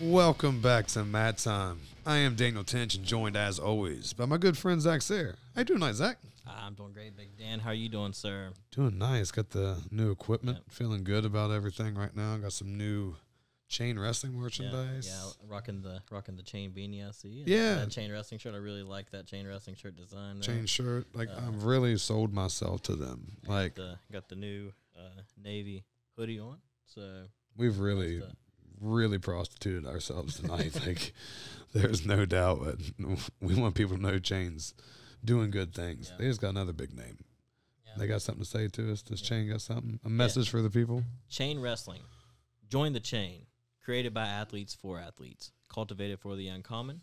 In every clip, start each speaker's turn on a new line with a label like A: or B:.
A: Welcome back to Mad Time. I am Daniel Tench, and joined as always by my good friend Zach Sayre. How you doing tonight, Zach?
B: I'm doing great, Big Dan. How are you doing, sir?
A: Doing nice. Got the new equipment. Feeling good about everything right now. Got some new chain wrestling merchandise.
B: Yeah, rocking the rocking the chain beanie. I see. and
A: Yeah.
B: that chain wrestling shirt. I really like that chain wrestling shirt design. there.
A: Chain shirt. Like
B: Uh,
A: I've really sold myself to them. Like
B: the, got the new uh, navy hoodie on. So uh,
A: we've really,
B: the-
A: really prostituted ourselves tonight. like there's no doubt. But we want people to know chains doing good things.
B: Yeah.
A: They just got another big name.
B: Yeah.
A: They got something to say to us. This chain got something. A message for the people.
B: chain wrestling, join the chain. Created by athletes for athletes, cultivated for the uncommon,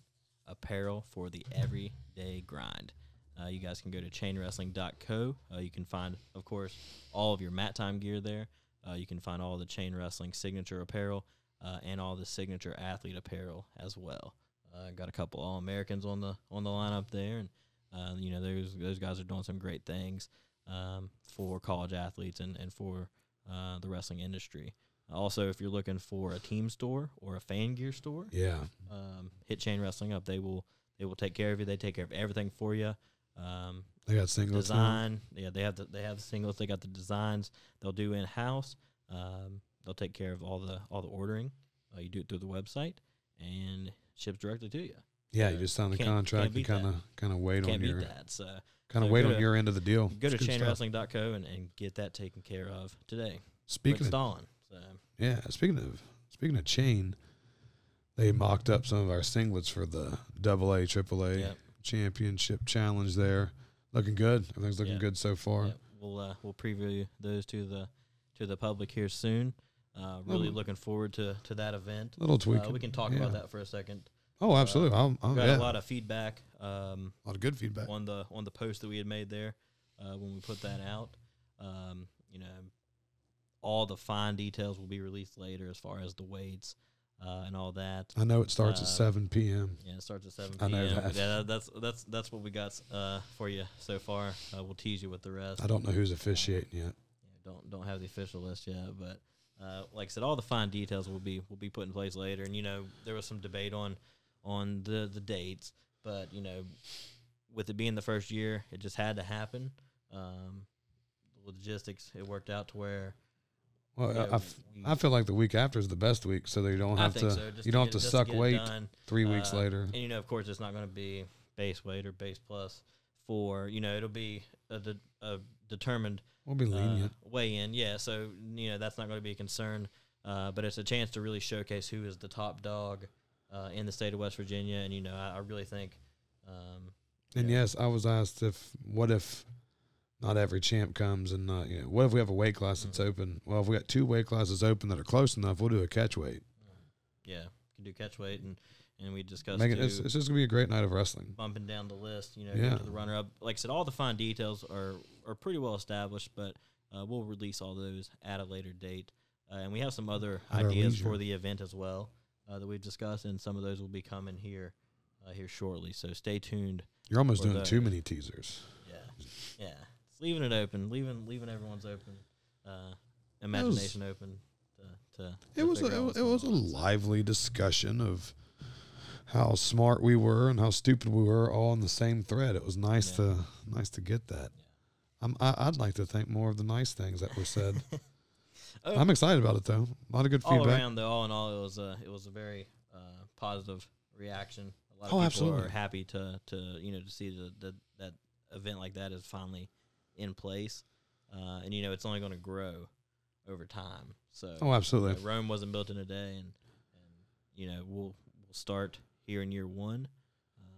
B: apparel for the everyday grind. Uh, you guys can go to chainwrestling.co. Uh, you can find, of course, all of your mat time gear there. Uh, you can find all the chain wrestling signature apparel uh, and all the signature athlete apparel as well. Uh, got a couple All Americans on the on the lineup there, and uh, you know those those guys are doing some great things um, for college athletes and and for uh, the wrestling industry. Also, if you're looking for a team store or a fan gear store,
A: Yeah.
B: um, hit Chain Wrestling up. They will they will take care of you. They take care of everything for you. Um,
A: They got singles. now.
B: design, yeah, they have the, they have the singles. They got the designs. They'll do in house. Um, they'll take care of all the all the ordering. Uh, you do it through the website and ships directly to you.
A: Yeah, you just sign the
B: Can't-
A: contract
B: can't beat
A: and kind of kind of wait on
B: Can't
A: your
B: beat that. So
A: kind of
B: So
A: wait
B: go
A: on
B: to-
A: your end of the deal.
B: go to
A: It's good stuff.
B: chainwrestling.co and, and get that taken care of today. Speaking
A: Speaking of,
B: installing. So
A: yeah, speaking of speaking of chain, they mocked up some of our singlets for the double A, triple A
B: Yep.
A: championship challenge. There, looking good. Everything's looking
B: Yeah.
A: good so far.
B: yeah, we'll uh, we'll preview those to the to the public here soon. Uh, really
A: Um,
B: looking forward to to that event.
A: Little tweak.
B: Uh, we can talk
A: yeah.
B: about that for a second.
A: Oh, absolutely. I'm, I'm,
B: We got
A: yeah.
B: a lot of feedback um,
A: good feedback.
B: on the on the post that we had made there uh, when we put that out. Um, you know, all the fine details will be released later as far as the weights uh, and all that.
A: I know it starts at
B: uh,
A: 7 p.m.
B: Yeah, it starts at seven
A: I
B: p.m.
A: know that.
B: but Yeah, that, that's that's that's what we got uh, for you so far. Uh, we'll tease you with the rest.
A: I don't know who's officiating yet.
B: Yeah, don't don't have the official list yet, but uh, like I said, all the fine details will be will be put in place later. And you know, there was some debate on on the the dates, but you know, with it being the first year, it just had to happen. Um, the logistics, it worked out to where
A: Well,
B: you
A: I-
B: know,
A: I, f-
B: we-
A: I feel like the week after is the best week, so that you don't
B: I
A: have
B: think
A: to
B: so, just
A: you don't
B: get-
A: have to
B: just
A: suck
B: get it
A: weight
B: done.
A: three weeks
B: Uh,
A: later.
B: And you know, of course, it's not going to be base weight or base plus for you know it'll be a, de- a determined
A: We'll be lenient.
B: uh, weigh in. Yeah, so you know that's not going to be a concern, uh, but it's a chance to really showcase who is the top dog uh, in the state of West Virginia, and you know I, I really think. Um,
A: And
B: Yeah.
A: yes, I was asked if what if not every champ comes and not you know what if we have a weight class that's
B: Mm-hmm.
A: open? Well, if we got two weight classes open that are close enough, we'll do a catch weight.
B: yeah, can do catch weight, and and we discussed
A: Make it,
B: too,
A: it's, it's just gonna be a great night of wrestling.
B: bumping down the list. You know,
A: Yeah.
B: to the runner up. Like I said, all the fine details are are pretty well established, but uh, we'll release all those at a later date. Uh, and we have some other
A: At our
B: ideas
A: leisure.
B: for the event as well uh, that we've discussed, and some of those will be coming here uh, here shortly. So stay tuned.
A: You're almost
B: Or
A: doing
B: those.
A: too many teasers.
B: Yeah, yeah. It's leaving it open, leaving leaving everyone's open, uh, imagination open. To, to
A: It
B: to
A: was a,
B: figure out
A: it,
B: what's
A: it was a
B: going on.
A: lively discussion of how smart we were and how stupid we were, all in the same thread. It was nice
B: Yeah.
A: to nice to get that. I'm, I, I'd like to think more of the nice things that were said.
B: Oh.
A: I'm excited about it though. A lot of good
B: all
A: feedback.
B: around though. All in all, it was a it was a very uh, positive reaction. A
A: Oh,
B: lot of people
A: absolutely.
B: are happy to to you know to see the, the that event like that is finally in place, uh, and you know it's only going to grow over time. So
A: Oh, absolutely.
B: Uh, Rome wasn't built in a day, and, and you know we'll we'll start here in year one,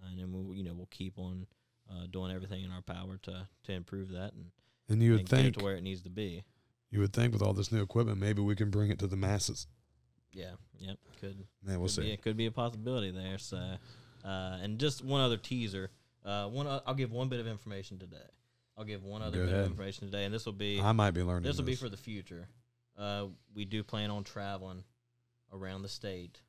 B: uh, and then we'll you know we'll keep on uh, doing everything in our power to to improve that and,
A: And you would
B: and get it
A: think
B: to where it needs to be.
A: you would think with all this new equipment, maybe we can bring it to the masses.
B: Yeah, yep, could
A: Man, we'll
B: could Be,
A: see.
B: it could be a possibility there. So, uh, and just one other teaser. Uh, one o- I'll give one bit of information today. I'll give one other
A: Go
B: bit
A: ahead.
B: of information today, and this will be
A: I might be learning.
B: this will be for the future. Uh, we do plan on traveling around the state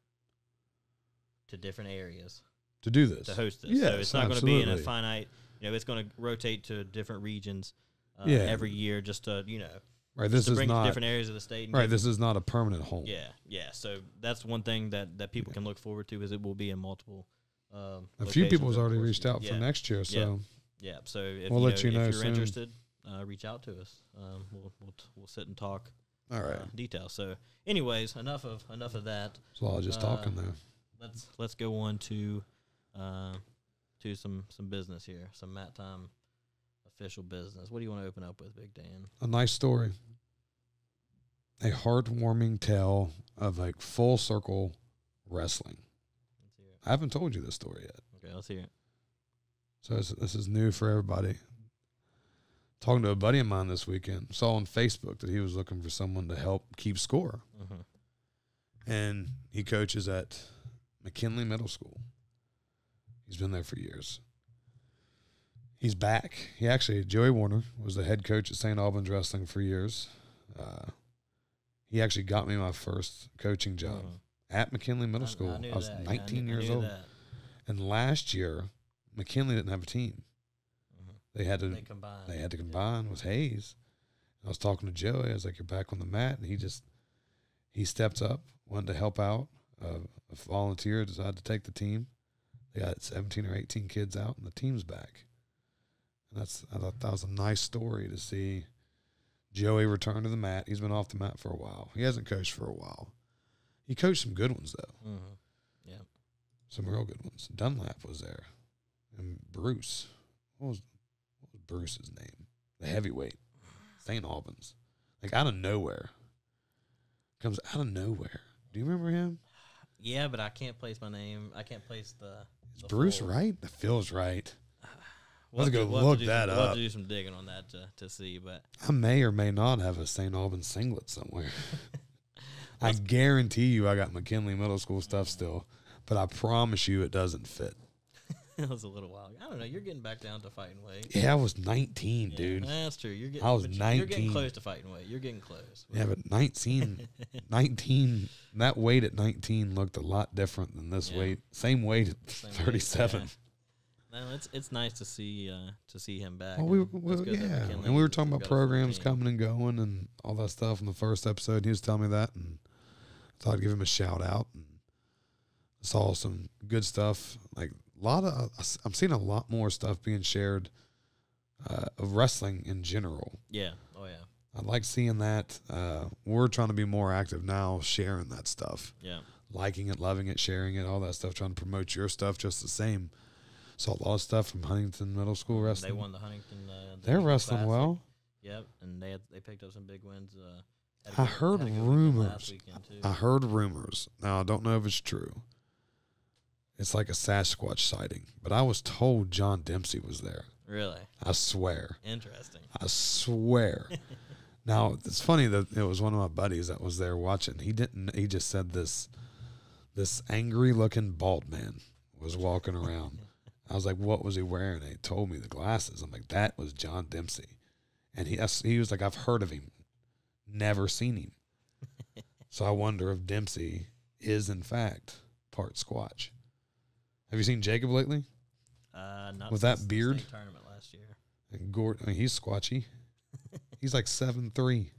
B: to different areas
A: to do this.
B: to host this. so
A: Yes,
B: it's not going to be in a
A: absolutely.
B: finite. You know, it's going to rotate to different regions uh,
A: Yeah.
B: every year, just to you know
A: Right. This
B: to
A: is
B: bring to
A: not
B: different areas of the state. and
A: right.
B: different-
A: This is not a permanent home.
B: Yeah, yeah. So that's one thing that that people can look forward to is it will be in multiple. Um,
A: A few
B: locations
A: people has
B: over
A: already
B: the course of
A: reached
B: the-
A: out for
B: yeah,
A: next year. So
B: Yeah. So if
A: We'll
B: you
A: let
B: know,
A: you know
B: if you're
A: soon.
B: interested, uh, reach out to us. Um, we'll we'll t- we'll sit and talk
A: all right.
B: uh, details. So, anyways, enough of enough of that.
A: It's a lot of just
B: uh,
A: talking though.
B: Let's let's go on to uh, to some some business here, some Matt time official business. What do you want to open up with, Big Dan?
A: a nice story. A heartwarming tale of like full circle wrestling.
B: Let's hear it.
A: I haven't told you this story yet.
B: Okay, let's hear it.
A: So this, this is new for everybody. Talking to a buddy of mine this weekend, saw on Facebook that he was looking for someone to help keep score.
B: Mm-hmm.
A: And he coaches at McKinley Middle School. He's been there for years. He's back. He actually, Joey Warner was the head coach at St. Albans Wrestling for years. Uh, he actually got me my first coaching job at McKinley
B: Mm-hmm.
A: Middle School. Uh-huh. I, was 19 years old. And last year, McKinley didn't have a team. They had to
B: Mm-hmm. They combined.
A: they had to combine was Hayes. I was talking to Joey. I was like, "You're back on the mat," and he just he stepped up, wanted to help out. Uh, a volunteer decided to take the team. They got 17 or 18 kids out, and the team's back. And that's I thought that was a nice story to see. Joey return to the mat. He's been off the mat for a while. He hasn't coached for a while. He coached some good ones though,
B: hmm
A: some real good ones. Dunlap was there, and Bruce. What was, what was Bruce's name? The heavyweight. St. Albans, like out of nowhere, comes out of nowhere. Do you remember him?
B: Yeah, but I can't place my name. I can't place the.
A: Is
B: the
A: Bruce
B: full-
A: right? That feels right.
B: We'll
A: Let's
B: have
A: go
B: to- we'll have to
A: look
B: do
A: that
B: some, We'll
A: up.
B: have to do some digging on that to, to see, but
A: I may or may not have a St. Albans singlet somewhere. I guarantee you, I got McKinley Middle School stuff still, but I promise you, it doesn't fit.
B: it was a little while. ago. I don't know. You're getting back down to fighting weight,
A: Yeah, I was 19,
B: Yeah,
A: dude.
B: That's true. You're getting.
A: I was
B: but you- You're
A: 19.
B: getting close to fighting weight. You're getting close.
A: Yeah, but 19, 19, that weight at 19 looked a lot different than this
B: Yeah.
A: weight. Same weight at
B: Same weight,
A: 37.
B: yeah. No, it's it's nice to see uh, to see him back.
A: Well, we,
B: and that's
A: we
B: good that
A: yeah,
B: McKinley
A: and we were
B: has-
A: talking
B: has
A: about
B: got a full
A: programs
B: team.
A: coming and going and all that stuff in the first episode. He was telling me that, and I thought I'd give him a shout out. And saw some good stuff. Like a lot of, I'm seeing a lot more stuff being shared uh, of wrestling in general.
B: Yeah. Oh yeah.
A: I like seeing that. Uh, we're trying to be more active now, sharing that stuff,
B: Yeah.
A: liking it, loving it, sharing it, all that stuff. Trying to promote your stuff just the same. Saw a lot of stuff from Huntington Middle School wrestling.
B: They won the Huntington. Uh, the
A: They're
B: Eagle
A: wrestling
B: Classic.
A: well.
B: Yep, and they had, they picked up some big wins. Uh, had
A: I
B: a good-
A: heard
B: had a good weekend
A: rumors. Uh,
B: Last weekend too.
A: I heard rumors. Now I don't know if it's true. It's like a Sasquatch sighting, but I was told John Dempsey was there.
B: really
A: I swear.
B: interesting.
A: I swear. now it's funny that it was one of my buddies that was there watching. He didn't. He just said this. This angry-looking bald man was walking around. I was like, "What was he wearing?" They told me the glasses. I'm like, "That was John Dempsey," and he asked- he was like, "I've heard of him, never seen him." so I wonder if Dempsey is in fact part Squatch. Have you seen Jacob lately?
B: Uh, not
A: With that
B: since the
A: beard?
B: state tournament last year.
A: And Gord, I mean, he's squatchy. he's like seven three.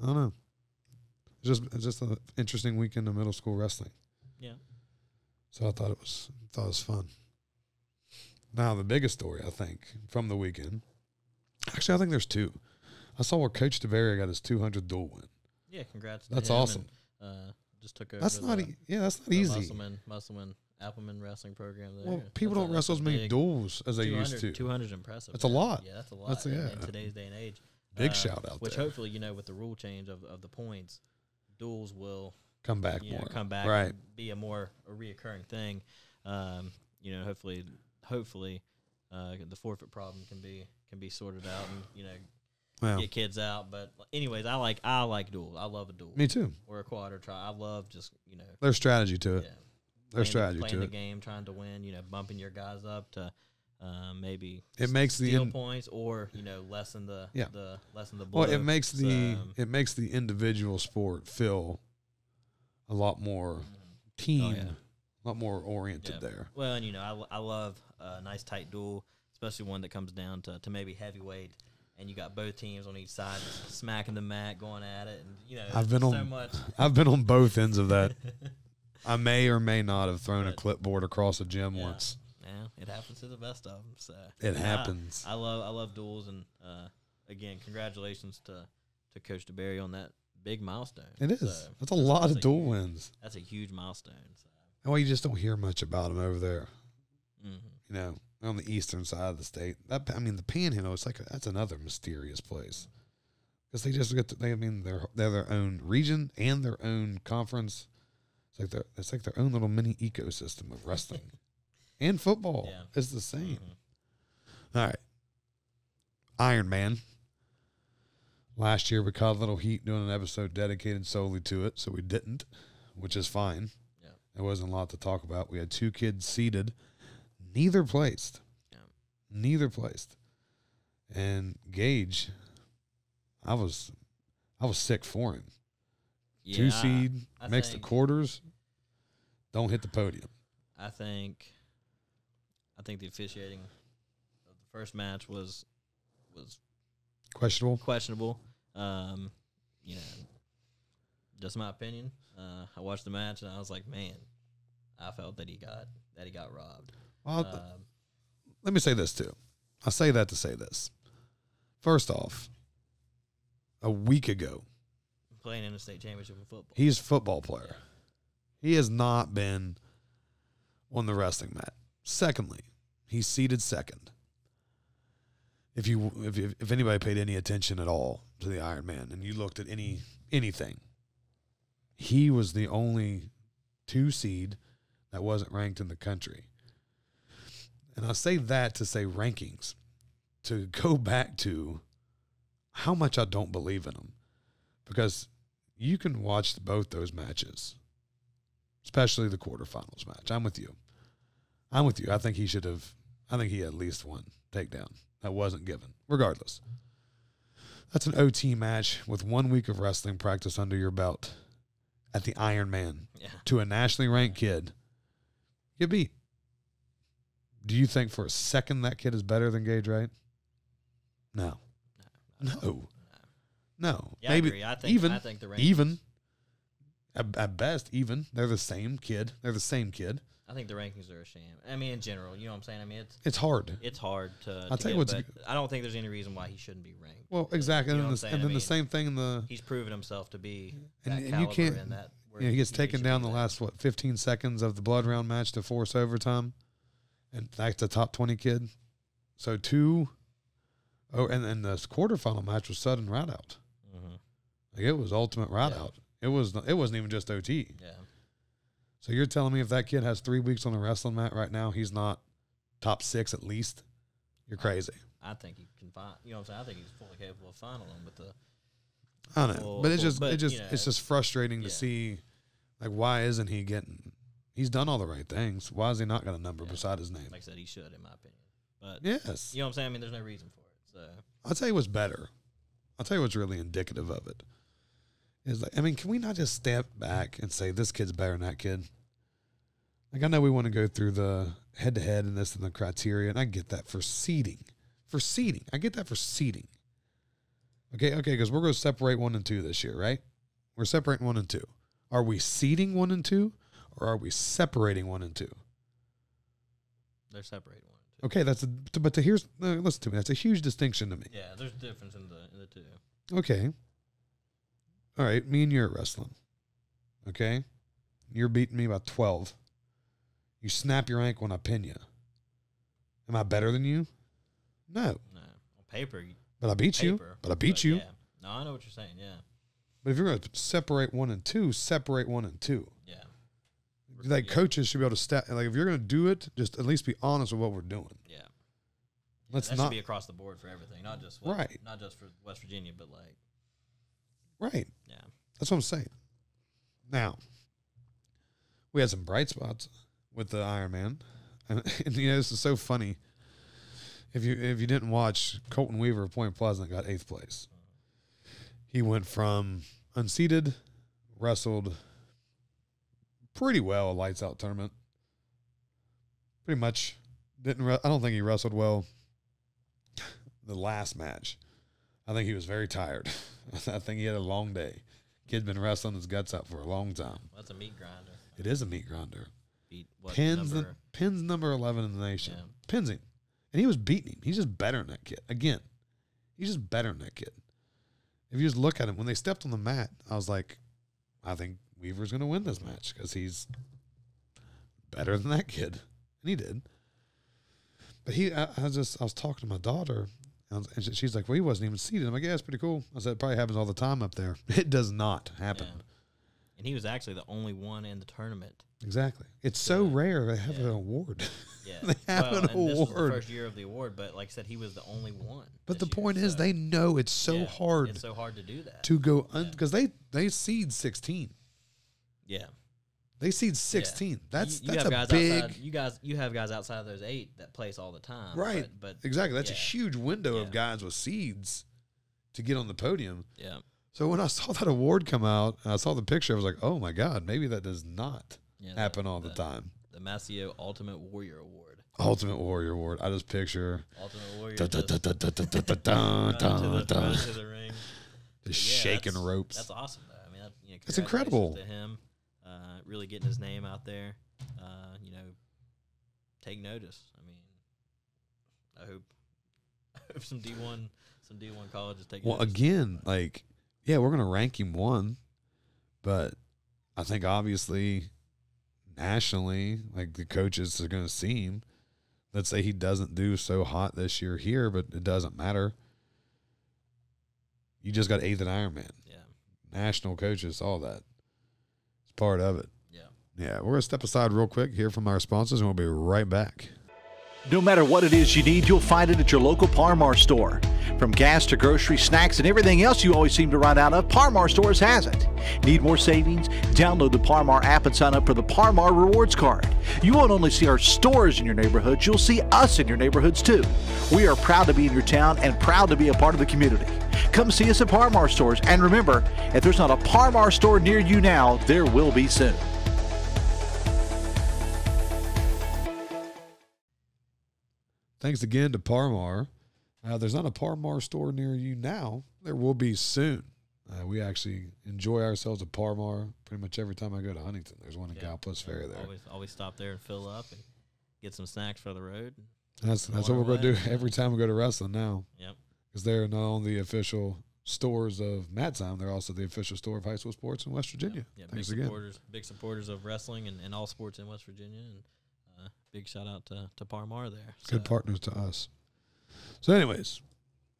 A: I don't know. It's just it's just an interesting weekend of middle school wrestling.
B: Yeah.
A: So I thought it was thought it was fun. Now the biggest story I think from the weekend. Actually, I think there's two. I saw where Coach DeVere got his 200 duel win.
B: Yeah, congrats. to
A: That's
B: him
A: awesome.
B: and, uh, just took over.
A: That's not
B: the,
A: e- yeah. That's not
B: the
A: easy.
B: Musselman, Musselman, Appleman wrestling program. There.
A: Well, people
B: That's a-
A: don't wrestle
B: that's
A: as
B: a
A: many
B: big-
A: duels as they
B: 200,
A: used to.
B: 200 is impressive.
A: That's a
B: yeah.
A: lot.
B: Yeah, that's a lot.
A: That's a-
B: in- In
A: yeah.
B: today's day and age.
A: Big
B: Uh,
A: shout out
B: Which
A: there.
B: hopefully, you know, with the rule change of, of the points, duels will
A: Come back
B: you know,
A: more.
B: come back,
A: Right.
B: and Be a more a reoccurring thing. Um, you know, hopefully, hopefully, uh, the forfeit problem can be can be sorted out, and you know,
A: Well,
B: get kids out. But anyways, I like I like duels. I love a duel
A: me too.
B: or a quad or try. I love just you know,
A: There's strategy to
B: yeah,
A: it. There's
B: playing
A: strategy
B: the, playing
A: to
B: the
A: it.
B: game, trying to win. You know, bumping your guys up to. Uh, maybe
A: It makes the
B: steal
A: in-
B: points or you know lessen the
A: Yeah.
B: the lessen the blow.
A: Well, it makes the
B: Um,
A: it makes the individual sport feel a lot more team,
B: Oh, yeah.
A: a lot more oriented
B: Yeah.
A: there.
B: Well, and you know, I, I love a nice tight duel, especially one that comes down to, to maybe heavyweight and you got both teams on each side just smacking the mat, going at it, and you know
A: I've been
B: so
A: on-
B: much.
A: I've been on both ends of that. I may or may not have thrown a clipboard across a gym
B: Yeah.
A: once.
B: Yeah, it happens to the best of them. So
A: It
B: Nah,
A: happens.
B: I, love I love duels, and uh, again, congratulations to to Coach DeBerry on that big milestone.
A: It is.
B: So,
A: that's a lot
B: that's
A: of
B: a
A: dual
B: huge-
A: wins.
B: That's a huge milestone. So,
A: Well, you just don't hear much about them over there.
B: mhm.
A: You know, on the eastern side of the state. That I mean, the Panhandle. It's like that's another mysterious place because they just get. To, they I mean, they're they're their own region and their own conference. It's like their it's like their own little mini ecosystem of wrestling and football.
B: Yeah.
A: It's the same.
B: Mhm.
A: All right. Iron Man. Last year we caught a little heat doing an episode dedicated solely to it, so we didn't, which is fine.
B: Yeah.
A: There wasn't a lot to talk about. We had two kids seated, neither placed.
B: Yeah.
A: Neither placed. And Gage, I was I was sick for him. two
B: Yeah,
A: seed,
B: I
A: makes
B: think-
A: the quarters, don't hit the podium.
B: I think I think the officiating of the first match was was
A: Questionable.
B: questionable. Um, you know, just my opinion. Uh, I watched the match and I was like, man, I felt that he got that he got robbed.
A: Well,
B: Um,
A: let me say this too. I say that to say this. First off, a week ago,
B: playing in the state championship in football.
A: he's a football player. He has not been on the wrestling mat. Secondly, he's seated second. If you if if if anybody paid any attention at all to the Iron Man and you looked at any anything, he was the only two seed that wasn't ranked in the country. And I say that to say rankings, to go back to how much I don't believe in them. Because you can watch both those matches, especially the quarterfinals match. I'm with you. I'm with you. I think he should have, I think he had at least one takedown that wasn't given, regardless. That's an OT match with one week of wrestling practice under your belt at the Iron Man
B: Yeah.
A: to a nationally ranked kid, you beat. Do you think for a second that kid is better than Gage Wright? No. No. No.
B: Yeah,
A: Maybe
B: I agree. I think
A: even-
B: I think the rankings,
A: even. At, at best, even. They're the same kid. They're the same kid.
B: I think the rankings are a sham. I mean, in general, you know what I'm saying. I mean, it's
A: It's hard.
B: it's hard to.
A: I'll
B: to
A: tell you what's
B: get, but I don't think there's any reason why he shouldn't be ranked.
A: Well, exactly.
B: You
A: And, then
B: know what
A: the-
B: I'm
A: and then the
B: saying?
A: same thing in the.
B: He's proven himself to be that
A: And- and you
B: caliber
A: can't-
B: and that. where
A: You know, he gets
B: should
A: taken
B: be
A: down the
B: there.
A: last, what, 15 seconds of the blood round match to force overtime. And that's a top 20 kid. So two. Oh, and, and this quarterfinal match was sudden right out.
B: Mhm.
A: Like it was ultimate ride
B: Yeah.
A: out. It was it wasn't even just OT.
B: Yeah.
A: So you're telling me if that kid has three weeks on the wrestling mat right now, he's not top six at least. You're crazy.
B: I think he can find. You know what I'm saying. I think he's fully capable of finding them, but the
A: I don't know,
B: Well,
A: but it's
B: well,
A: just
B: but,
A: it just
B: you know,
A: it's just frustrating to
B: yeah.
A: see, like why isn't he getting? He's done all the right things. Why has he not got a number
B: Yeah.
A: beside his name?
B: like I said, he should, in my opinion. But
A: yes,
B: you know what I'm saying. I mean, there's no reason for it. So
A: I'll tell you what's better. I'll tell you what's really indicative of it. Is like, I mean, can we not just step back and say this kid's better than that kid? Like, I know we want to go through the head to head and this and the criteria, and I get that for seeding. For seeding. I get that for seeding. Okay, okay, because we're going to separate one and two this year, right? We're separating one and two. Are we seeding one and two, or are we separating one and two?
B: they're separated one. and
A: Okay, that's a, but to here's no, listen to me. That's a huge distinction to me.
B: two. Yeah, there's a difference in the in the two.
A: Okay. All right, me and you're wrestling. Okay? You're beating me by 12. You snap your ankle and I pin you. Am I better than you? No,
B: No, on paper, you-
A: but I beat you.
B: paper,
A: But I beat you.
B: Yeah. No, I know what you're saying. Yeah,
A: But if you're going to separate one and two, separate one and two.
B: yeah.
A: Like
B: Yeah.
A: coaches should be able to step. Like if you're going to do it, just at least be honest with what we're doing.
B: Yeah.
A: Let's
B: that
A: not
B: should be across the board for everything, not just West,
A: Right.
B: not just for West Virginia, but like
A: right.
B: yeah,
A: That's what I'm saying. Now, we had some bright spots with the Iron Man, and, and you know this is so funny. If you if you didn't watch Colton Weaver of Point Pleasant got eighth place. He went from unseated, wrestled pretty well a lights out tournament. Pretty much didn't. Re- I don't think he wrestled well. The last match, I think he was very tired. I think he had a long day. Kid's been wrestling his guts out for a long time.
B: Well, that's a meat grinder.
A: It is a meat grinder.
B: Beat what
A: pins the,
B: number?
A: pins number eleven in the nation.
B: Yeah.
A: Pins him, and he was beating him. He's just better than that kid. Again, he's just better than that kid. If you just look at him when they stepped on the mat, I was like, I think Weaver's going to win this match because he's better than that kid, and he did. But he, I, I was just, I was talking to my daughter, and, I was- and she- she's like, "Well, he wasn't even seated." I'm like, "Yeah, it's pretty cool." I said, "It probably happens all the time up there." It does not happen.
B: Yeah. and he was actually the only one in the tournament.
A: Exactly. It's so
B: Yeah.
A: rare they have
B: Yeah.
A: an award.
B: Yeah,
A: They have an
B: and This was the
A: award.
B: first year of the award, but like I said, he was the only one.
A: But the
B: this year,
A: point is,
B: so-
A: they know it's so
B: uh, yeah,
A: hard
B: It's so hard to do that.
A: to go because they they seed sixteen.
B: yeah,
A: They seed sixteen. That's
B: you, you
A: that's
B: have
A: a
B: guys
A: big
B: Outside, you guys, you have guys outside of those eight that place all the time,
A: right.
B: But, but
A: exactly, that's a
B: yeah.
A: huge window
B: Yeah.
A: of guys with seeds to get on the podium.
B: yeah,
A: So when I saw that award come out and I saw the picture, I was like, oh my god, maybe that does not
B: yeah,
A: happen all the time.
B: The Masio Ultimate Warrior Award.
A: Ultimate Warrior Award. I just picture
B: Ultimate Warrior.
A: dun, dun,
B: just
A: dun, dun, dun, dun, dun, dun,
B: running to
A: dun,
B: the-
A: dun,
B: running to the ring.
A: just
B: But yeah,
A: shaking
B: that's-
A: ropes.
B: That's awesome. Though. I mean, that, you know,
A: It's
B: congratulations
A: incredible.
B: to him. Uh, really getting his name out there. Uh, you know, take notice. I mean, I hope, I hope some D one some D one colleges take.
A: Well,
B: notice.
A: again, like, yeah, we're gonna rank him one, but I think obviously, nationally, like the coaches are gonna see him. Let's say he doesn't do so hot this year here, but it doesn't matter. You just got eighth in Ironman.
B: yeah,
A: National coaches saw that. It's part of it.
B: yeah.
A: Yeah, we're gonna step aside real quick, hear from our sponsors, and we'll be right back.
C: No matter what it is you need, you'll find it at your local Parmar store. From gas to grocery, snacks, and everything else you always seem to run out of, Parmar Stores has it. Need more savings? Download the Parmar app and sign up for the Parmar Rewards Card. You won't only see our stores in your neighborhoods, you'll see us in your neighborhoods too. We are proud to be in your town and proud to be a part of the community. Come see us at Parmar Stores, and remember, if there's not a Parmar store near you now, there will be soon.
A: Thanks again to Parmar. Uh, there's not a Parmar store near you now. There will be soon. Uh, we actually enjoy ourselves at Parmar pretty much every time I go to Huntington. There's one in
B: Yeah.
A: Galapagos Ferry there.
B: Always, always stop there and fill up and get some snacks for the road.
A: That's
B: on
A: that's what
B: our
A: we're going to
B: way.
A: do every time we go to wrestling now
B: Yep.
A: because they're not only the official stores of Matt Time, they're also the official store of high school sports in West Virginia.
B: Yeah, big
A: Thanks again.
B: supporters, big supporters of wrestling and, and all sports in West Virginia, and uh, big shout out to to Parmar there.
A: Good
B: So,
A: partners to us. So, anyways,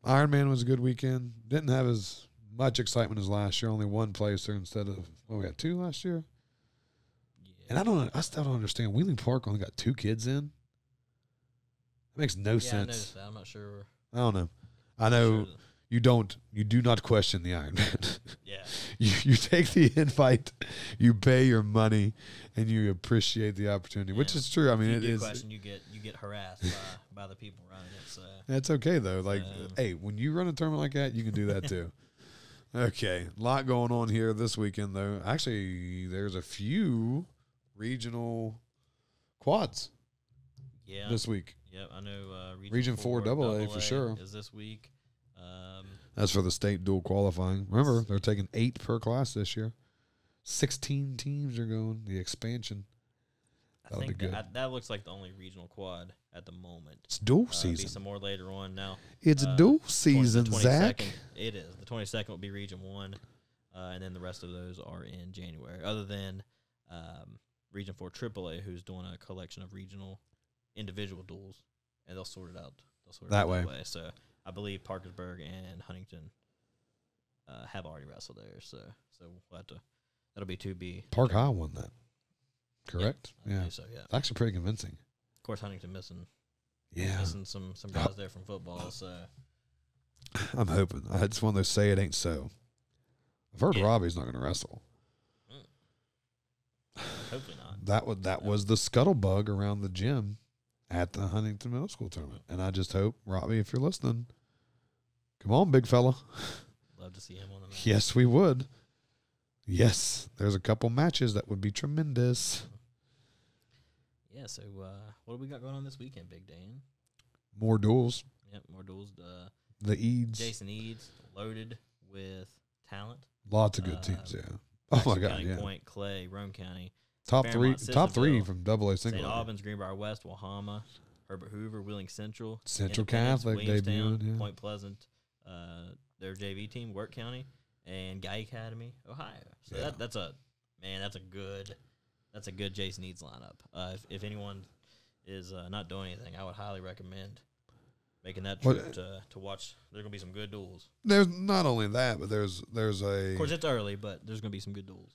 A: Iron Man was a good weekend. Didn't have as much excitement as last year. Only one placer instead of well, we had two last year.
B: yeah.
A: And I don't, I still don't understand. Wheeling Park only got two kids in. That makes no
B: yeah, I
A: sense.
B: noticed that. I'm not sure.
A: I, don't know. I
B: sure
A: know
B: that-
A: you don't. You do not question the Iron Man.
B: yeah.
A: you you take the invite, you pay your money, and you appreciate the opportunity, which
B: Yeah.
A: is true. I mean,
B: you
A: it
B: do
A: is.
B: question, you get you get harassed by, by the people running it. So
A: That's okay though. Like,
B: Um,
A: hey, when you run a tournament like that, you can do that too. okay, a lot going on here this weekend though. Actually, there's a few regional quads
B: yeah,
A: this week.
B: yeah, I know. Uh, Region,
A: Region four double A for
B: double
A: sure.
B: is this week. Um,
A: That's for the state dual qualifying. Remember, they're taking eight per class this year. Sixteen teams are going the expansion.
B: I
A: That'll be
B: think
A: good.
B: That, that looks like the only regional quad at the moment.
A: It's dual
B: Uh, be
A: season.
B: some more later on now.
A: It's
B: uh,
A: dual
B: Twen- the
A: season, Zach.
B: 22nd It is. The 22nd will be Region 1, uh, and then the rest of those are in January, other than um, Region 4 AAA, who's doing a collection of regional individual duels, and they'll sort it out. They'll sort it
A: That
B: out
A: way.
B: that way. So I believe Parkersburg and Huntington uh, have already wrestled there, so so we'll have to. That'll be 2B.
A: Park High won that. Correct.
B: I
A: Yeah,
B: believe So yeah,
A: it's actually pretty convincing.
B: of course Huntington missing
A: Yeah,
B: missing some some
A: Uh,
B: guys there from football. So
A: I'm hoping. I just want to say it ain't so. I've heard
B: Yeah.
A: Robbie's not going to wrestle.
B: hopefully not.
A: That was that was the scuttlebug around the gym at the Huntington Middle School tournament, and I just hope Robbie, if you're listening, come on, big fella.
B: Love to see him on the mat.
A: Yes, we would. Yes, there's a couple matches that would be tremendous.
B: Yeah, so uh, what do we got going on this weekend, Big Dan?
A: More duels.
B: Yep, more duels. Uh,
A: the Eads.
B: Jason Eads loaded with talent.
A: Lots of good
B: uh,
A: teams. Yeah. Oh my
B: Jackson
A: God.
B: County,
A: Yeah.
B: Point Clay, Rome County,
A: Top
B: Fairmont,
A: three. Top three
B: Sissonville,
A: from Double A
B: St.
A: single. A.
B: Albans, Greenbrier West, Wahama, Herbert Hoover, Wheeling Central,
A: Central
B: Independence,
A: Catholic
B: Williamstown,
A: debuted, yeah.
B: Point Pleasant, uh, their JV team, Work County, and Guy Academy, Ohio. So
A: Yeah.
B: that, that's a man. That's a good. That's a good Jason Needs lineup. Uh, if, if anyone is uh, not doing anything, I would highly recommend making that
A: Well,
B: trip to, to watch. There's gonna be some good duels.
A: There's not only that, but there's there's a
B: Of course, it's early, but there's gonna be some good duels.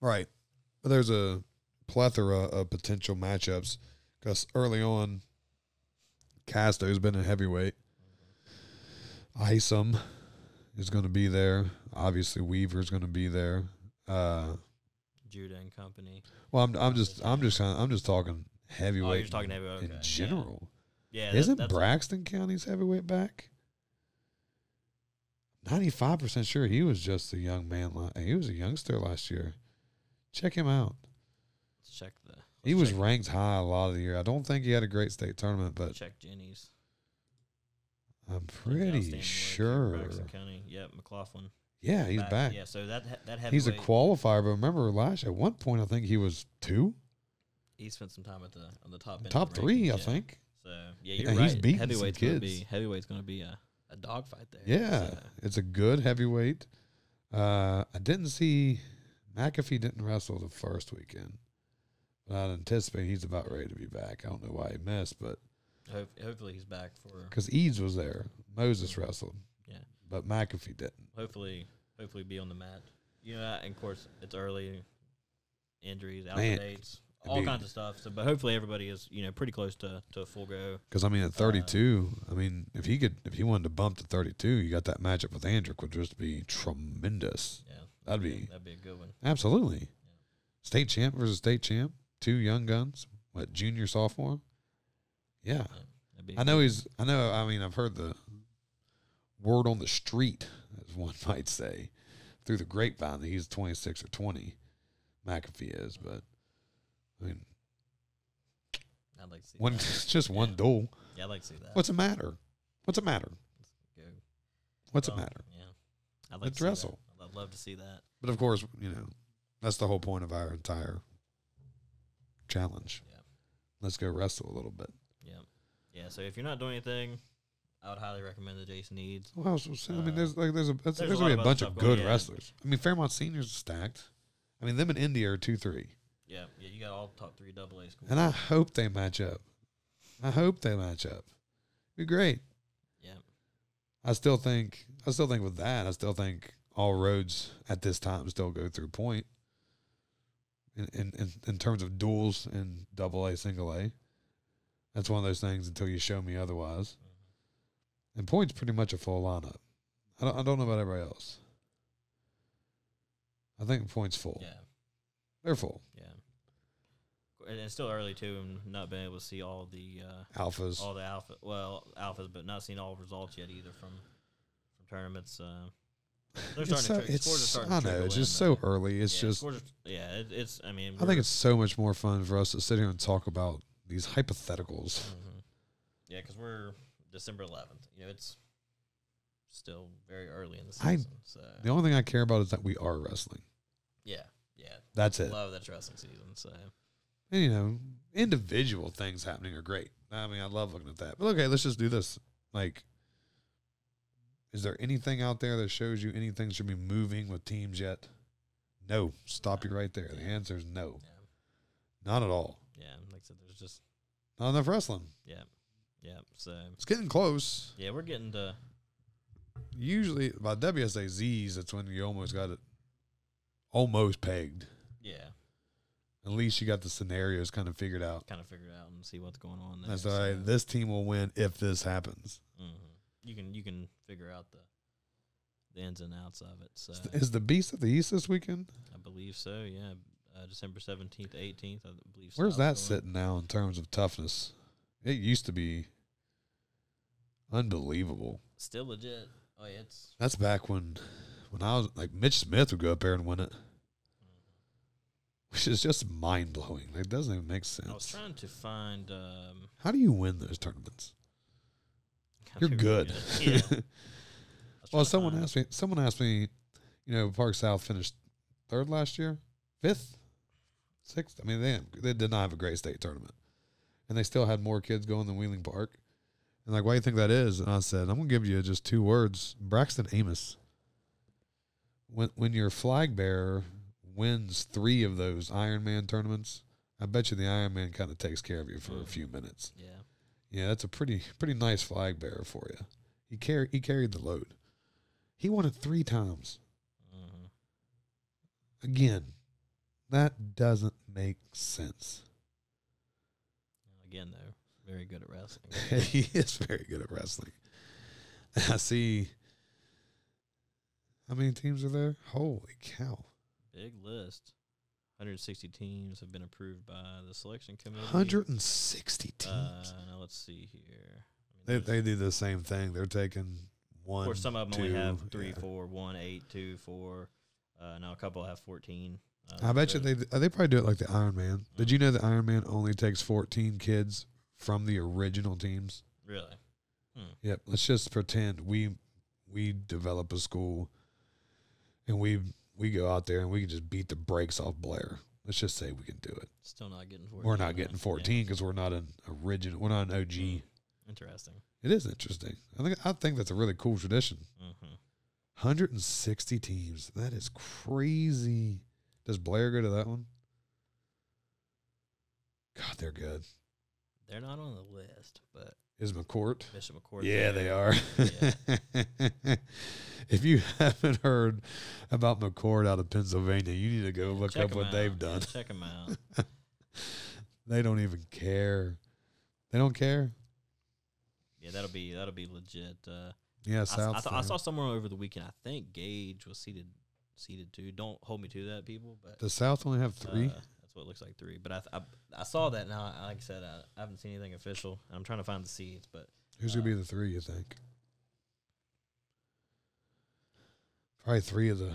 A: Right. There's a plethora of potential matchups because early on, Casto's been a heavyweight. Isom is going to be there. Obviously, Weaver's going to be there. Uh,
B: Judah and company.
A: well, I'm, I'm just I'm just kinda, I'm just talking heavyweight.
B: Oh, you're just talking heavyweight.
A: in
B: okay.
A: general.
B: Yeah, yeah
A: Isn't
B: that, that's-
A: Braxton County's heavyweight back? Ninety five percent sure he was just a young man. la- He was a youngster last year. Check him out.
B: Let's check the. Let's
A: He was
B: check,
A: ranked high a lot of the year. I don't think he had a great state tournament, but
B: check Jenny's.
A: I'm
B: He's outstanding
A: pretty
B: wins.
A: sure.
B: Braxton County. Yep, McLaughlin.
A: Yeah, he's back.
B: Yeah, so that ha- that
A: He's a
B: heavyweight-
A: qualifier, but remember last at one point I think he was two,
B: He spent some time at the on the top end of
A: top
B: the
A: three,
B: rankings,
A: I
B: yeah.
A: think.
B: So yeah, you're
A: And he's
B: right.
A: beating some
B: heavyweight's gonna
A: kids.
B: be heavyweight's gonna be a, a dogfight there.
A: Yeah,
B: So,
A: it's a good heavyweight. Uh, I didn't see McAfee didn't wrestle the first weekend, but I anticipate he's about ready to be back. I don't know why he missed, but
B: hope, hopefully he's back for.
A: because Eads was there, Moses wrestled,
B: Yeah.
A: but McAfee didn't.
B: Hopefully, hopefully be on the mat. You know, and of course it's early. Injuries, out
A: Man,
B: dates, all
A: dude.
B: kinds of stuff. So, but hopefully everybody is you know pretty close to to full go.
A: Because I mean, at 32, I mean, if he could, if he wanted to bump to 32, you got that matchup with Andrick, would just be tremendous.
B: Yeah,
A: That'd be
B: that'd be a good one.
A: absolutely state champ versus state champ. Two young guns, what junior sophomore? Yeah,
B: That'd be a
A: I know he's. I know. I mean, I've heard the word on the street, as one might say, through the grapevine that he's 26 or 20. McAfee is, but I mean,
B: I'd like to see
A: one
B: that.
A: just one duel.
B: Yeah, I'd like to see that.
A: What's the matter? What's the matter?
B: Go.
A: What's the
B: Well,
A: matter?
B: Yeah, I'd
A: Let's
B: to see that.
A: wrestle.
B: I'd love to see that.
A: But of course, you know, that's the whole point of our entire challenge.
B: Yeah.
A: Let's go wrestle a little bit.
B: Yeah, yeah. So if you're not doing anything, I would highly recommend the Jason Needs.
A: Well, I, was just saying, I mean,
B: Uh,
A: there's like there's a there's,
B: there's a
A: gonna
B: lot
A: be a
B: of other
A: bunch of
B: stuff going-
A: good
B: yeah.
A: wrestlers. I mean, Fairmont Senior's stacked. I mean, them and India are two three,
B: Yeah, yeah. You got all top three double A schools.
A: and I hope they match up. I hope they match up. Be great.
B: yeah,
A: I still think I still think with that I still think all roads at this time still go through point. In in in, in terms of duels in double A single A, that's one of those things until you show me otherwise. And point's pretty much a full lineup. I don't I don't know about everybody else. I think point's full.
B: yeah,
A: They're full.
B: yeah. And it's still early too, and not being able to see all the uh,
A: Alphas.
B: all the alpha well alphas, but not seeing all results yet either from from tournaments. Uh, they're starting
A: It's so,
B: to. trick- scores are
A: it's,
B: starting
A: I
B: to
A: know it's
B: trickle
A: just
B: in, though.
A: so early. It's
B: yeah,
A: just
B: scores are- yeah. It, it's. I mean,
A: I
B: we're-
A: think it's so much more fun for us to sit here and talk about these hypotheticals.
B: Mhm. Yeah, because we're December 11th. You know, it's still very early in the
A: I-
B: season. so
A: The only thing I care about is that we are wrestling.
B: yeah, yeah,
A: That's it.
B: love that wrestling season. So
A: And, you know, individual things happening are great. I mean, I love looking at that. But okay, let's just do this. Like, is there anything out there that shows you anything should be moving with teams yet? No. Stop you right there. The answer is no.
B: yeah,
A: Not at all.
B: yeah. Like I said, there's just
A: Not enough wrestling.
B: yeah, yeah. So
A: It's getting close.
B: yeah, we're getting to
A: Usually by WSAZs, that's when you almost got it almost pegged.
B: yeah,
A: At least you got the scenarios kind of figured out.
B: kind of figure it out and see what's going on. There.
A: That's all right. This team will win if this happens.
B: hmm You can you can figure out the the ins and outs of it. So
A: Is the- Is the Beast of the East this weekend?
B: I believe so. Yeah, uh, December 17th, 18th. I believe.
A: Where's
B: Scott's
A: that
B: going.
A: sitting now in terms of toughness? It used to be unbelievable.
B: Still legit. Oh, yeah, it's
A: That's back when when I was like Mitch Smith would go up there and win it. Which is just mind blowing. Like it doesn't even make
B: I was
A: sense.
B: trying to find. Um,
A: How do you win those tournaments?
B: kind
A: You're
B: of
A: good.
B: Yeah. I was trying
A: Well, someone
B: to find-
A: asked me. Someone asked me. You know, Park South finished third last year, fifth, sixth. I mean, they they did not have a great state tournament, and they still had more kids going than Wheeling Park. And like, why do you think that is? And I said, I'm gonna give you just two words: Braxton Amos. When when your flag bearer wins three of those Ironman tournaments, I bet you the Ironman kind of takes care of you for a few minutes.
B: Yeah.
A: Yeah, that's a pretty pretty nice flag bearer for you. He carried he carried the load. He won it three times.
B: hmm Mm-hmm.
A: Again, that doesn't make sense.
B: Again, though, very good at wrestling.
A: he is very good at wrestling. I see. How many teams are there? Holy cow!
B: Big list. 160 teams have been approved by the selection committee.
A: Hundred and sixty teams.
B: Uh, now let's see here. I
A: they
B: mean,
A: they do the same thing. They're taking
B: of
A: one.
B: course, some of them
A: two,
B: only have three,
A: yeah.
B: four, one, eight, two, four. Uh, now a couple have 14. Uh,
A: I bet
B: so
A: you they they probably do it like the Iron Man. Did you know the Iron Man only takes fourteen kids from the original teams?
B: Really?
A: Yep. Let's just pretend we we develop a school, and we we go out there and we can just beat the brakes off Blair. Let's just say we can do it.
B: Still not getting 14.
A: We're
B: huh?
A: not getting
B: Yeah.
A: fourteen because we're not an original. We're not an OG.
B: Hmm, Interesting.
A: It is interesting. I think I think that's a really cool tradition.
B: hmm
A: Hundred and sixty teams. That is crazy. Does Blair go to that one? God, they're good.
B: They're not on the list, but
A: Is McCourt?
B: Bishop McCord.
A: Yeah, they are. if you haven't heard about McCord out of Pennsylvania, you need to go look
B: Check
A: up
B: 'em
A: what
B: out.
A: they've
B: Yeah,
A: done.
B: check them out.
A: They don't even care. They don't care.
B: Yeah, that'll be that'll be legit. Uh,
A: Yeah,
B: I, s-
A: South.
B: I, th- I saw somewhere over the weekend. I think Gage was seated seated two. Don't hold me to that, people. But
A: Does South only have three?
B: Uh, that's what it looks like three. But I, th- I, I saw that now. I- Like I said, I, I haven't seen anything official. I'm trying to find the seeds, but
A: Who's gonna be the three? You think? Probably three of the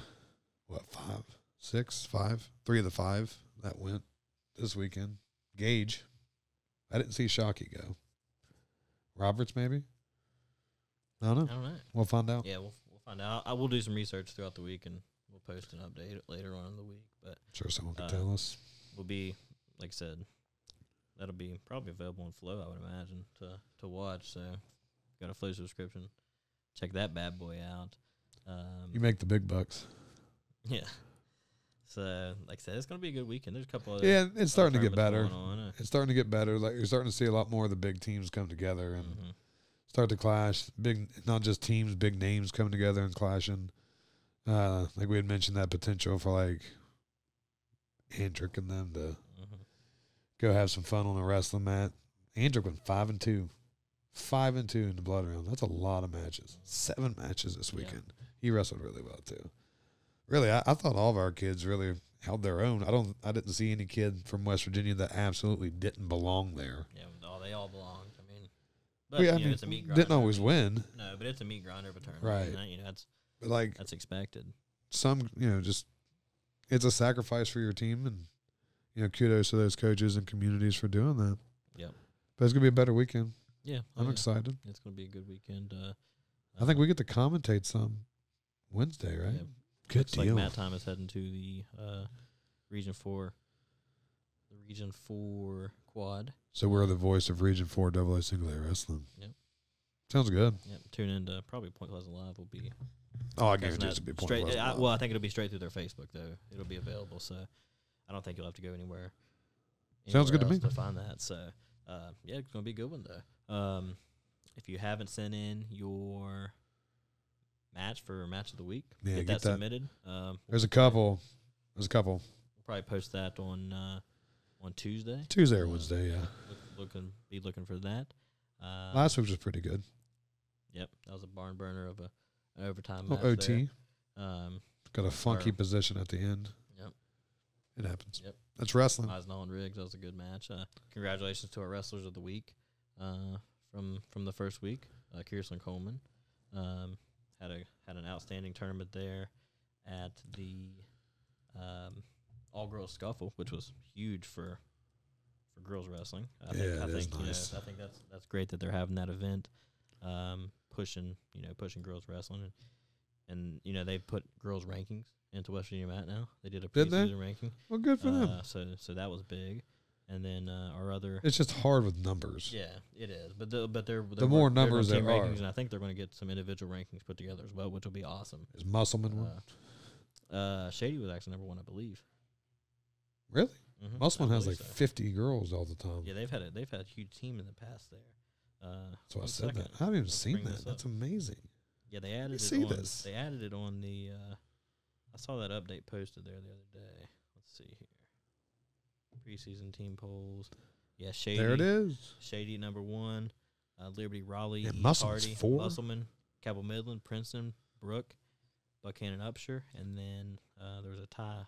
A: what? Five, six, five, three of the five that went this weekend. Gage, I didn't see Shockey go. Roberts maybe. I don't know.
B: I don't know.
A: We'll find out.
B: Yeah, we'll we'll find out. I will do some research throughout the week, and we'll post an update later on in the week. But
A: sure someone could
B: Uh,
A: tell us.
B: will be, like I said, that'll be probably available in Flow, I would imagine, to to watch. So, got a Flow subscription. Check that bad boy out. Um,
A: You make the big bucks.
B: yeah. So, like I said, it's gonna be a good weekend. There's a couple. Other
A: Yeah, it's starting to get better.
B: On.
A: It's starting to get better. Like you're starting to see a lot more of the big teams come together and
B: hmm
A: start to clash. Big, not just teams, big names coming together and clashing. Uh, like we had mentioned that potential for like Andrick and them to
B: mm-hmm.
A: go have some fun on a wrestling mat. Andrick went five and two, five and two in the blood round. That's a lot of matches. Seven matches this
B: Yeah.
A: weekend. He wrestled really well too. Really, I, I thought all of our kids really held their own. I don't. I didn't see any kid from West Virginia that absolutely didn't belong there.
B: Yeah, well, they all belonged. I mean, but
A: But, yeah,
B: you
A: I
B: know,
A: mean,
B: it's a meat grinder.
A: didn't always win,
B: No, but it's a meat grinder of a tournament.
A: Right.
B: and that- you know, that's
A: but like
B: that's expected.
A: some you know just it's a sacrifice for your team and you know kudos to those coaches and communities for doing that
B: Yep.
A: but it's gonna be a better weekend
B: Yeah,
A: i'm
B: oh, yeah.
A: excited
B: It's gonna be a good weekend. Uh,
A: i think we get to commentate some wednesday right
B: Yeah.
A: good
B: Looks
A: deal
B: like Matt Time is heading to the uh, region four, the region four quad.
A: so we're the voice of region 4 double a single a wrestling
B: Yep.
A: sounds good
B: Yep. Tune in to probably Point Pleasant Live will be.
A: oh i
B: that's
A: guarantee
B: not
A: it's gonna be point
B: straight. uh,
A: Pleasant
B: I-
A: Live.
B: well, I think it'll be straight through their Facebook though. It'll be available, so I don't think you'll have to go anywhere.
A: Sounds good to
B: anywhere
A: me.
B: else To find that, so uh, yeah, it's gonna be a good one though. Um, if you haven't sent in your match for match of the week,
A: Yeah,
B: get,
A: get
B: that,
A: that.
B: submitted. Um, we'll
A: there's a couple there's a couple
B: probably post that on uh, on Tuesday.
A: tuesday or
B: Uh,
A: wednesday yeah
B: look, looking be looking for that. Uh,
A: last week was pretty good
B: yep, that was a barn burner of a an overtime
A: oh,
B: match
A: ot
B: there. Um,
A: got a funky
B: Or-
A: position at the end
B: Yep.
A: it happens
B: Yep. Uh,
A: that's wrestling
B: Osnall and Riggs, that was a good match. Uh, congratulations to our wrestlers of the week uh, from from the first week. Uh, Kirsten Coleman um, had a had an outstanding tournament there at the um, all girls scuffle, which was huge for for girls wrestling. I
A: Yeah,
B: I
A: it is
B: think you know,
A: nice.
B: I think that's that's great that they're having that event. um, pushing you know pushing girls wrestling, and, and you know they put girls rankings into West Virginia Mat now. They did a
A: Did they?
B: preseason ranking,
A: Well, good for them.
B: uh, so so that was big. And then uh, our other
A: It's just hard with numbers.
B: yeah, it is. But the, but they're, they're
A: The more
B: work- they're
A: numbers
B: team
A: there are.
B: rankings, and I think they're going to get some individual rankings put together as well, which will be awesome.
A: Is Musselman
B: Uh-huh.
A: one?
B: Uh, uh, Shady was actually number one, I believe.
A: Really?
B: Mhm,
A: Musselman
B: I
A: has like
B: believe so.
A: 50 girls all the time.
B: yeah, they've had a they've had a huge team in the past there. Uh,
A: That's why I
B: one
A: said that.
B: second.
A: I haven't even
B: Let's
A: seen
B: bring
A: that.
B: this
A: That's
B: up.
A: amazing.
B: yeah, they added it
A: see
B: on,
A: this.
B: They added it on the. Uh, I saw that update posted there the other day. Let's see here. Preseason team polls. Yeah, Shady.
A: There it is.
B: Shady number one, uh, Liberty Raleigh,
A: Yeah,
B: E.
A: Musselman's
B: Hardy,
A: four.
B: Musselman, Cabell Midland, Princeton, Brook, Buckhannon Upshur, and then uh, there was a tie,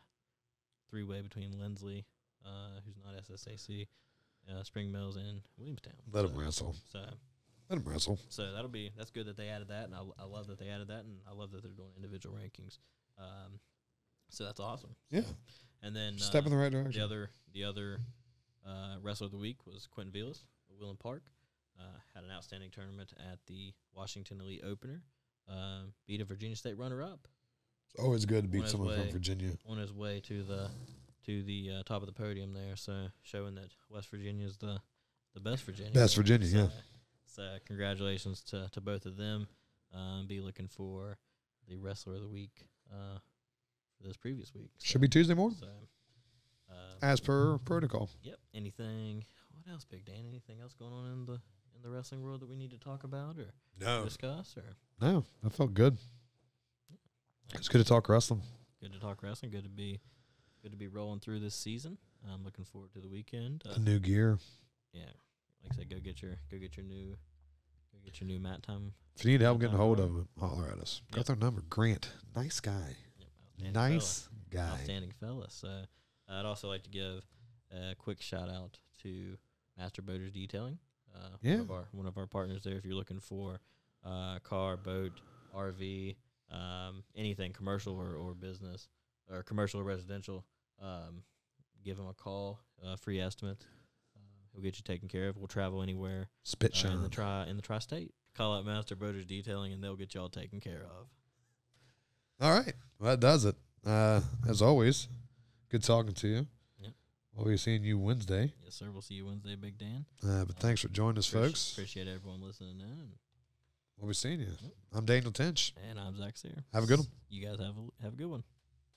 B: three way between Lindsley, uh, who's not SSAC, uh, Spring Mills, and Williamstown.
A: Let
B: so,
A: them wrestle.
B: So,
A: Let them wrestle.
B: so that'll be that's good that they added that, and I, I love that they added that, and I love that they're doing individual rankings. Um, so that's awesome.
A: Yeah.
B: And then
A: Step
B: uh,
A: in the right direction.
B: the other the other uh, wrestler of the week was Quentin Vilas of Wheeling Park. Uh, had an outstanding tournament at the Washington Elite Opener. Um beat a Virginia State runner-up
A: It's always good to
B: on
A: beat
B: his
A: someone from
B: way.
A: Virginia.
B: on his way to the to the uh, top of the podium there. So showing that West Virginia is the the best Virginia.
A: Best Virginia, yeah.
B: So, so congratulations to to both of them. Um, be looking for the wrestler of the week uh, this previous week. So,
A: Should be Tuesday morning,
B: So, uh,
A: as per protocol.
B: Yep. Anything? What else, Big Dan? Anything else going on in the in the wrestling world that we need to talk about or
A: No.
B: discuss? Or
A: No, that felt good. It's good to talk wrestling.
B: good to talk wrestling. Good to be good to be rolling through this season. I'm looking forward to the weekend. Uh,
A: The new gear.
B: yeah, like I said, go get your go get your new go get your new mat time.
A: If you need help getting a hold
B: Sounds right.
A: of him, holler at us. Got
B: Yep.
A: their number. Grant. Nice guy.
B: Yep, outstanding
A: nice
B: fella.
A: guy.
B: outstanding fella. So uh, I'd also like to give a quick shout out to Master Boaters Detailing. Uh,
A: Yeah.
B: one of our one of our partners there. If you're looking for uh, car, boat, RV, um, anything commercial or, or business or commercial or residential, um, give him a call. Uh, free estimates. Uh, he'll get you taken care of. We'll travel anywhere
A: Spit
B: uh, in the
A: shine.
B: tri in the tri-state. Call out Master Boaters Detailing, and they'll get y'all taken care of.
A: All right. Well, that does it. Uh, as always, good talking to you.
B: Yep.
A: We'll be seeing you Wednesday.
B: Yes, sir. We'll see you Wednesday, Big Dan.
A: Uh, but thanks for joining us,
B: Appreci-
A: folks.
B: Appreciate everyone listening in.
A: We'll be seeing you. I'm Daniel Tench.
B: And I'm Zach Sear.
A: Have a good one.
B: You guys have a, have a good one.